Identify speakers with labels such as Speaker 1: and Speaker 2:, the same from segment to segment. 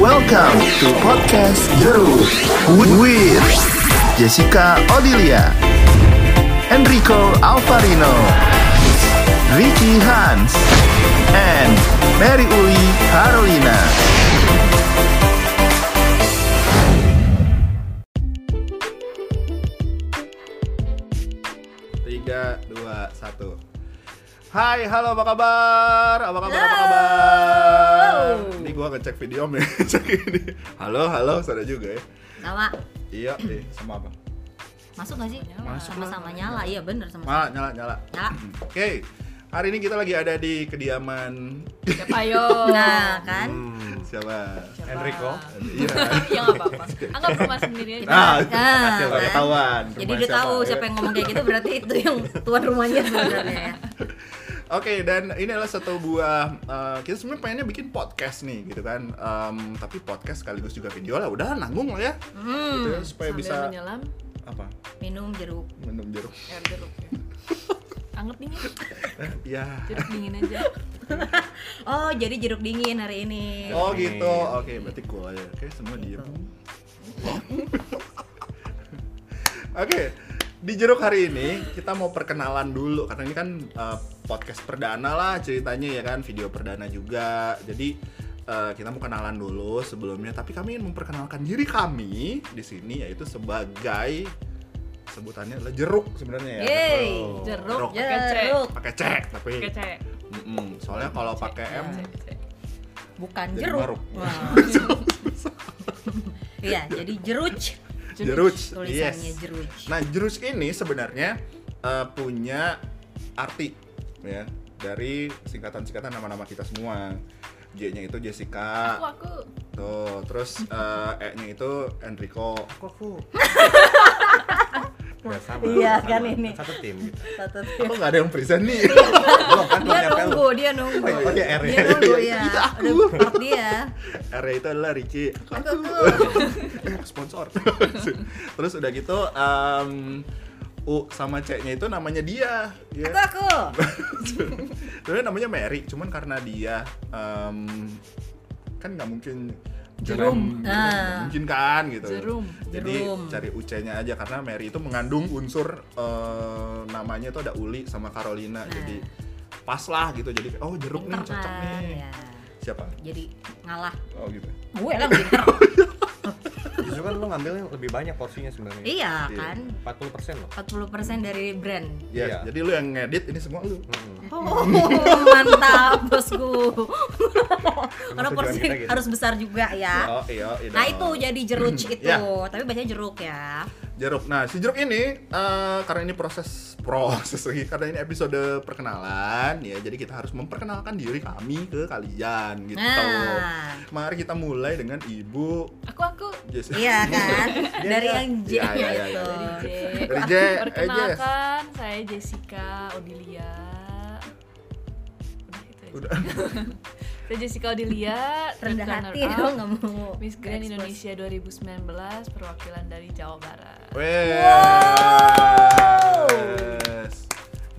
Speaker 1: Welcome to podcast Jeruk with Jessica Odilia, Enrico Alvarino, Ricky Hans, and Mary Uli Carolina. Tiga, dua, satu. Hai, halo apa kabar? Apa kabar? Apa kabar? Ini gua ngecek video ya, cek ini. Halo, halo, saudara juga ya.
Speaker 2: sama
Speaker 1: Iya, eh, sama apa?
Speaker 2: masuk gak sih sama-sama nyala iya bener sama
Speaker 1: Nyala, nyala, nyala.
Speaker 2: nyala
Speaker 1: Oke, hari ini kita lagi ada di kediaman
Speaker 3: Ayo.
Speaker 2: nah kan
Speaker 1: Hmm, siapa?
Speaker 4: Enrico.
Speaker 1: Iya.
Speaker 3: Ya nggak apa-apa. Anggap rumah sendiri aja.
Speaker 1: Nah,
Speaker 2: nah,
Speaker 1: hasil
Speaker 2: kan?
Speaker 1: ketahuan.
Speaker 2: jadi
Speaker 1: rumah
Speaker 2: udah tahu
Speaker 1: ya.
Speaker 2: siapa yang ngomong kayak gitu berarti itu yang tuan rumahnya sebenarnya ya.
Speaker 1: Oke, dan ini adalah satu buah eh, kita sebenarnya pengennya bikin podcast nih, gitu kan. Em, tapi podcast sekaligus juga video lah, udah nanggung lah ya. Gitu ya,
Speaker 2: hmm,
Speaker 1: supaya
Speaker 3: Sambil
Speaker 1: bisa
Speaker 3: menyelam
Speaker 1: apa?
Speaker 2: minum jeruk
Speaker 1: Minum jeruk.
Speaker 3: air jeruk ya. Anggap dingin,
Speaker 1: Ya.
Speaker 3: jeruk dingin aja.
Speaker 2: oh jadi jeruk dingin hari ini
Speaker 1: Oh gitu. Oke, berarti cool aja. Oke, semua diem.
Speaker 2: Gitu.
Speaker 1: Oke, di jeruk hari ini kita mau perkenalan dulu karena ini kan eh, podcast perdana lah ceritanya ya kan, video perdana juga. Jadi eh, kita mau kenalan dulu sebelumnya, tapi kami ingin memperkenalkan diri kami di sini yaitu sebagai sebutannya adalah jeruk sebenarnya ya.
Speaker 2: Yeay, ya.
Speaker 1: Oh,
Speaker 3: jeruk,
Speaker 1: jeruk.
Speaker 3: pakai C.
Speaker 2: jeruk
Speaker 1: Pakai cek tapi.
Speaker 3: Oke, cek.
Speaker 1: Mm-mm, soalnya kalau pakai M
Speaker 2: Cek.
Speaker 3: Cek.
Speaker 2: bukan
Speaker 1: Jadi
Speaker 2: jeruk
Speaker 1: maruk.
Speaker 2: Wah. iya jadi jeruj
Speaker 1: jeruk. Yes.
Speaker 2: tulisannya ya. jeruj
Speaker 1: Nah, jeruk ini sebenarnya eh, punya arti ya dari singkatan-singkatan nama-nama kita semua. J-nya itu
Speaker 3: Aku
Speaker 1: Jessica,
Speaker 3: aku
Speaker 1: tuh, terus eh, E-nya itu Enrico. Aku aku.
Speaker 4: Udah sama.
Speaker 2: Iya,
Speaker 4: sama.
Speaker 2: kan ini.
Speaker 4: Satu tim. gitu.
Speaker 2: Satu
Speaker 1: Aku nggak ada yang present nih.
Speaker 4: Belum kan
Speaker 2: dia
Speaker 4: punya
Speaker 2: nunggu dia nunggu
Speaker 4: Oh iya, oh iya, R
Speaker 2: dia
Speaker 4: ya.
Speaker 2: nunggu
Speaker 1: Itu
Speaker 2: ya
Speaker 1: Iya, aku.
Speaker 2: udah part dia
Speaker 1: R-nya itu adalah Ricky. Aku,
Speaker 2: Aku,
Speaker 1: aku. Sponsor. terus udah gitu em, U sama C-nya itu namanya dia. ya.
Speaker 2: aku aku
Speaker 1: Sebenarnya namanya Mary, cuman karena dia em, kan nggak mungkin Jerem,
Speaker 3: Jerum.
Speaker 1: nggak
Speaker 2: Ah.
Speaker 1: mungkin kan gitu.
Speaker 3: Jerum.
Speaker 1: Jadi
Speaker 2: Jerum.
Speaker 1: cari UC-nya aja karena Mary itu mengandung unsur eh, namanya tuh ada Uli sama Carolina.
Speaker 2: Nah.
Speaker 1: Jadi pas lah gitu. Jadi oh jeruk nih
Speaker 2: pinter
Speaker 1: cocok
Speaker 2: kan
Speaker 1: nih.
Speaker 2: ya
Speaker 1: Siapa?
Speaker 2: jadi ngalah
Speaker 1: Oh gitu.
Speaker 2: gue lah pinter
Speaker 4: Justru kan lu ngambilnya lebih banyak porsinya sebenarnya.
Speaker 2: iya
Speaker 1: Iya.
Speaker 2: kan
Speaker 4: 40 loh.
Speaker 2: 40% dari brand
Speaker 1: Yes,
Speaker 4: Iya.
Speaker 1: jadi lu yang ngedit ini semua lu.
Speaker 4: Hmm.
Speaker 2: oh mantap bosku karena
Speaker 4: tujuan
Speaker 2: porsi
Speaker 4: kita gitu.
Speaker 2: harus besar juga ya
Speaker 1: Oh iya, iya.
Speaker 2: nah itu jadi jeruk itu
Speaker 1: Ya.
Speaker 2: tapi bacanya jeruk ya
Speaker 1: jeruk. Nah, si jeruk ini eh, karena ini proses proses lagi karena ini episode perkenalan ya. Jadi kita harus memperkenalkan diri kami ke kalian gitu.
Speaker 2: nah
Speaker 1: Mari kita mulai dengan Ibu
Speaker 3: aku aku.
Speaker 1: Jessica.
Speaker 2: iya kan dari yang J
Speaker 1: Iya, iya, iya,
Speaker 2: gitu
Speaker 3: Dari J.
Speaker 1: Dari J, eh, Jess.
Speaker 3: Perkenalkan, saya Jessica Odilia. Udah itu aja.
Speaker 1: Udah.
Speaker 3: Saya Jessica Odilia, third
Speaker 2: rendah hati
Speaker 3: runner-up,
Speaker 2: dong nggak mau
Speaker 3: Miss Grand
Speaker 2: expose.
Speaker 3: Indonesia 2019 perwakilan dari Jawa Barat.
Speaker 1: Wes.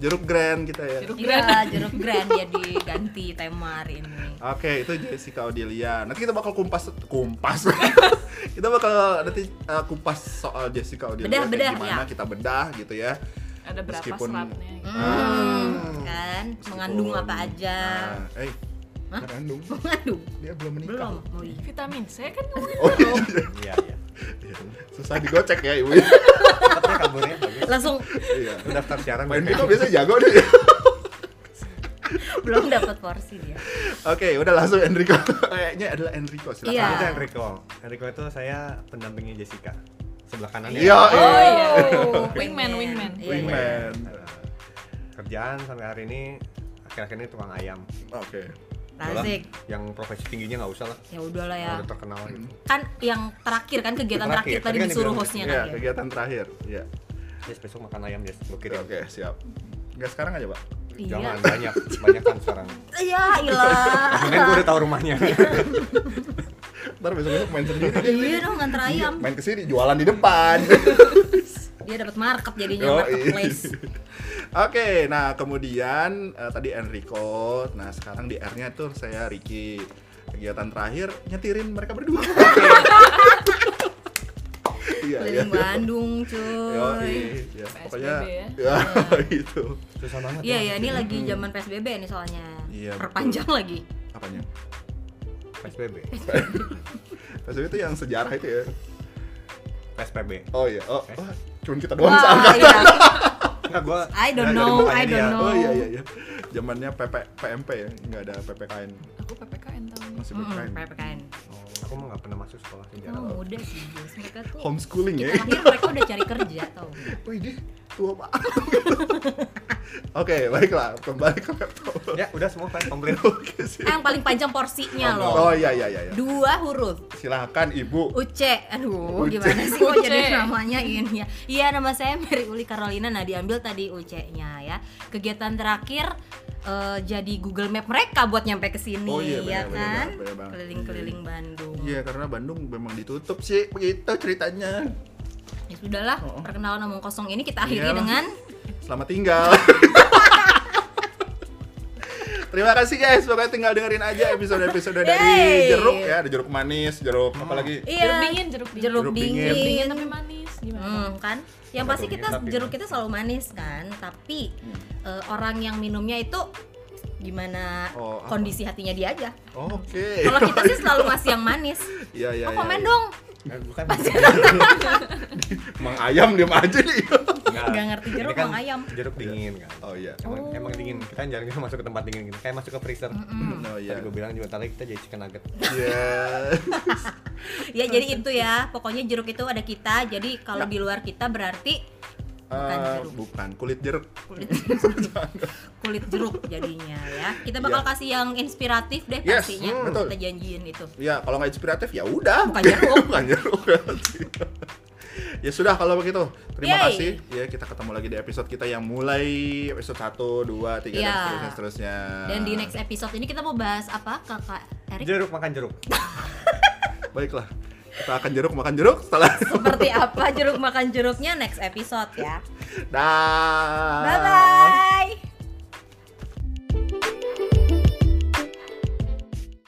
Speaker 1: Jeruk Grand kita ya.
Speaker 3: Jeruk
Speaker 2: Iya, jeruk grand jadi ganti tema hari ini.
Speaker 1: Oke, itu Jessica Odilia. Nanti kita bakal kumpas kumpas. kita bakal nanti eh, kupas soal Jessica Odilia
Speaker 2: Bedah,
Speaker 1: kayak
Speaker 2: bedah,
Speaker 1: gimana
Speaker 2: ya.
Speaker 1: kita bedah gitu ya.
Speaker 3: Ada berapa
Speaker 1: Meskipun-
Speaker 3: seratnya? gitu.
Speaker 1: Hmm,
Speaker 2: kan mengandung apa aja?
Speaker 1: Nah, eh,
Speaker 2: Hah?
Speaker 1: mengandung.
Speaker 2: Mengandung.
Speaker 1: Dia belum menikah.
Speaker 2: Belum. Oh iya.
Speaker 3: Vitamin C kan namanya.
Speaker 1: Oh, iya, iya.
Speaker 4: Iya, iya.
Speaker 1: Iya. Susah digocek ya, Ibu.
Speaker 4: Tapi kaburnya bagus.
Speaker 2: Langsung
Speaker 1: Iya.
Speaker 4: Lu daftar siaran
Speaker 1: Main
Speaker 4: gitu.
Speaker 1: itu biasanya jago dia.
Speaker 2: belum dapat porsi dia.
Speaker 1: Oke, udah langsung Enrico. Kayaknya adalah Enrico silakan.
Speaker 2: Iya.
Speaker 4: Itu Enrico. Enrico itu saya pendampingnya Jessica. Sebelah ya. kanannya.
Speaker 1: Iya,
Speaker 2: Oh,
Speaker 1: iya.
Speaker 2: iya.
Speaker 3: Wingman, wingman.
Speaker 2: Iya.
Speaker 1: Wingman.
Speaker 4: Kerjaan sampai hari ini akhir-akhir ini tukang ayam.
Speaker 1: Oke.
Speaker 2: Asik.
Speaker 4: Yang profesi tingginya nggak usah lah.
Speaker 2: Ya udahlah
Speaker 1: Nah,
Speaker 2: ya.
Speaker 4: Udah terkenal gitu.
Speaker 2: Kan yang terakhir kan kegiatan terakhir,
Speaker 4: Terakhir,
Speaker 2: tadi
Speaker 4: tadi kan
Speaker 2: disuruh
Speaker 4: dibilang
Speaker 2: hostnya
Speaker 1: Iya,
Speaker 2: kan. ya?
Speaker 1: kegiatan terakhir. Iya.
Speaker 4: Yes, besok makan ayam, Yes. Lu
Speaker 1: Oke,
Speaker 4: kirim.
Speaker 1: oke, siap. Enggak sekarang aja, Pak.
Speaker 4: Jangan banyak, banyak kan sekarang.
Speaker 2: Iya, ilah.
Speaker 4: Mungkin gue udah tahu rumahnya.
Speaker 1: Ntar besok-besok main sendiri. deh.
Speaker 2: Iya dong nganter ayam.
Speaker 1: Main ke sini jualan di depan.
Speaker 2: Dia dapat market jadinya
Speaker 1: Yoi.
Speaker 2: Iya.
Speaker 1: Iya,
Speaker 2: marketplace.
Speaker 1: Oke, nah kemudian eh, tadi Enrico, nah sekarang di R-nya tuh saya Ricky. kegiatan terakhir nyetirin mereka berdua. Iya, iya.
Speaker 2: Keliling Bandung
Speaker 1: Yoi,
Speaker 2: cuy.
Speaker 1: ya, pokoknya
Speaker 3: PSBB ya.
Speaker 1: ya, gitu.
Speaker 4: susah banget
Speaker 2: Iya
Speaker 4: ya.
Speaker 2: ya, ini lagi zaman PSBB nih soalnya.
Speaker 1: Hmm. Iya, betul.
Speaker 2: Perpanjang lagi.
Speaker 1: Apanya?
Speaker 4: PSBB
Speaker 1: PSBB itu yang sejarah itu ya.
Speaker 4: PSBB
Speaker 1: Oh iya, oh, oh cuman kita doang
Speaker 2: Wah,
Speaker 1: seangkatan.
Speaker 2: iya.
Speaker 4: Enggak gua
Speaker 2: I don't
Speaker 4: dari
Speaker 2: know,
Speaker 4: mukanya
Speaker 2: I
Speaker 4: dia.
Speaker 2: don't know.
Speaker 1: Oh iya iya iya. Zamannya PP PMP ya, nggak ada PPKN.
Speaker 3: Aku PPKN tahun ini.
Speaker 1: Masih PPKN.
Speaker 2: Mm-mm, PPKN.
Speaker 4: Oh, aku mah nggak pernah masuk sekolah sejarah
Speaker 2: Kamu Oh, muda sih, Jess. Mereka tuh
Speaker 1: Iya. Homeschooling ya.
Speaker 2: lahir mereka udah cari kerja tau.
Speaker 1: Wih, dia tua banget. Oke, baiklah. Kembali ke laptop.
Speaker 4: ya udah semua kan komplain
Speaker 1: Oke, sih.
Speaker 2: Eh, yang paling panjang porsinya loh.
Speaker 1: Oh iya iya iya. iya.
Speaker 2: Dua huruf.
Speaker 1: Silakan Ibu.
Speaker 2: UC, aduh
Speaker 1: UC.
Speaker 2: gimana sih kok
Speaker 3: UC.
Speaker 2: jadi namanya ini ya Iya nama saya Mary Uli Carolina, nah diambil tadi UC-nya ya Kegiatan terakhir eh, jadi Google Map mereka buat nyampe ke sini
Speaker 1: Oh iya,
Speaker 2: ya
Speaker 1: benar, benar,
Speaker 2: kan
Speaker 1: benar, benar banget.
Speaker 2: Keliling-keliling Bandung
Speaker 1: Iya, karena Bandung memang ditutup sih. Begitu ceritanya.
Speaker 2: Ya sudahlah,
Speaker 1: Oh.
Speaker 2: perkenalan omong kosong ini kita akhiri
Speaker 1: Iyalah.
Speaker 2: dengan
Speaker 1: Selamat tinggal. Terima kasih guys, pokoknya tinggal dengerin aja episode-episode dari
Speaker 2: Yeay. Oh.
Speaker 1: jeruk ya, ada jeruk manis, jeruk apa lagi?
Speaker 3: Jeruk dingin, jeruk
Speaker 2: iya,
Speaker 3: dingin.
Speaker 2: jeruk
Speaker 1: Jeruk dingin.
Speaker 2: dingin,
Speaker 3: Jeruk dingin tapi manis gimana?
Speaker 2: Hmm, kan yang pasti
Speaker 4: dingin
Speaker 2: kita
Speaker 4: tapi-
Speaker 2: jeruk kita selalu manis kan tapi
Speaker 1: Hmm.
Speaker 2: eh, orang yang minumnya itu gimana
Speaker 1: Oh, apa?
Speaker 2: kondisi hatinya dia aja
Speaker 1: Oh, Oke.
Speaker 2: kalau kita sih selalu ngasih yang manis
Speaker 1: Iya, iya.
Speaker 2: Oh,
Speaker 1: iya,
Speaker 2: komen
Speaker 1: iya.
Speaker 2: dong
Speaker 4: Eh, bukan
Speaker 1: Mang ayam diem aja nih.
Speaker 2: Nggak ngerti jeruk,
Speaker 4: Ini kan
Speaker 2: mang ayam.
Speaker 4: jeruk dingin kan
Speaker 1: Oh iya.
Speaker 4: emang, emang dingin kita kan jarang masuk ke tempat dingin gitu kayak masuk ke freezer
Speaker 2: Hmm.
Speaker 1: Oh
Speaker 4: tadi
Speaker 1: iya.
Speaker 4: gue bilang juga tadi kita jadi chicken nugget
Speaker 1: Iya.
Speaker 2: ya jadi itu ya pokoknya jeruk itu ada kita jadi kalau di luar kita berarti bukan
Speaker 1: Eh,
Speaker 2: jeruk
Speaker 1: bukan kulit jeruk.
Speaker 2: kulit kulit jeruk jadinya ya kita bakal
Speaker 1: Iya.
Speaker 2: kasih yang inspiratif deh
Speaker 1: Yes,
Speaker 2: pastinya
Speaker 1: hmm, betul.
Speaker 2: kita janjiin itu
Speaker 1: Ya, kalau nggak inspiratif ya udah.
Speaker 2: Bukan jeruk.
Speaker 1: Bukan jeruk. ya sudah kalau begitu. Terima
Speaker 2: Yay.
Speaker 1: kasih. Ya, kita ketemu lagi di episode kita yang mulai episode 1, 2, 3
Speaker 2: Iya.
Speaker 1: dan seterusnya, seterusnya.
Speaker 2: dan di next episode ini kita mau bahas apa kakak Erik
Speaker 4: jeruk makan jeruk
Speaker 1: Baiklah. Kita akan jeruk makan jeruk setelah.
Speaker 2: seperti
Speaker 1: Ah.
Speaker 2: apa jeruk makan jeruknya next episode ya
Speaker 1: Dah.
Speaker 2: bye bye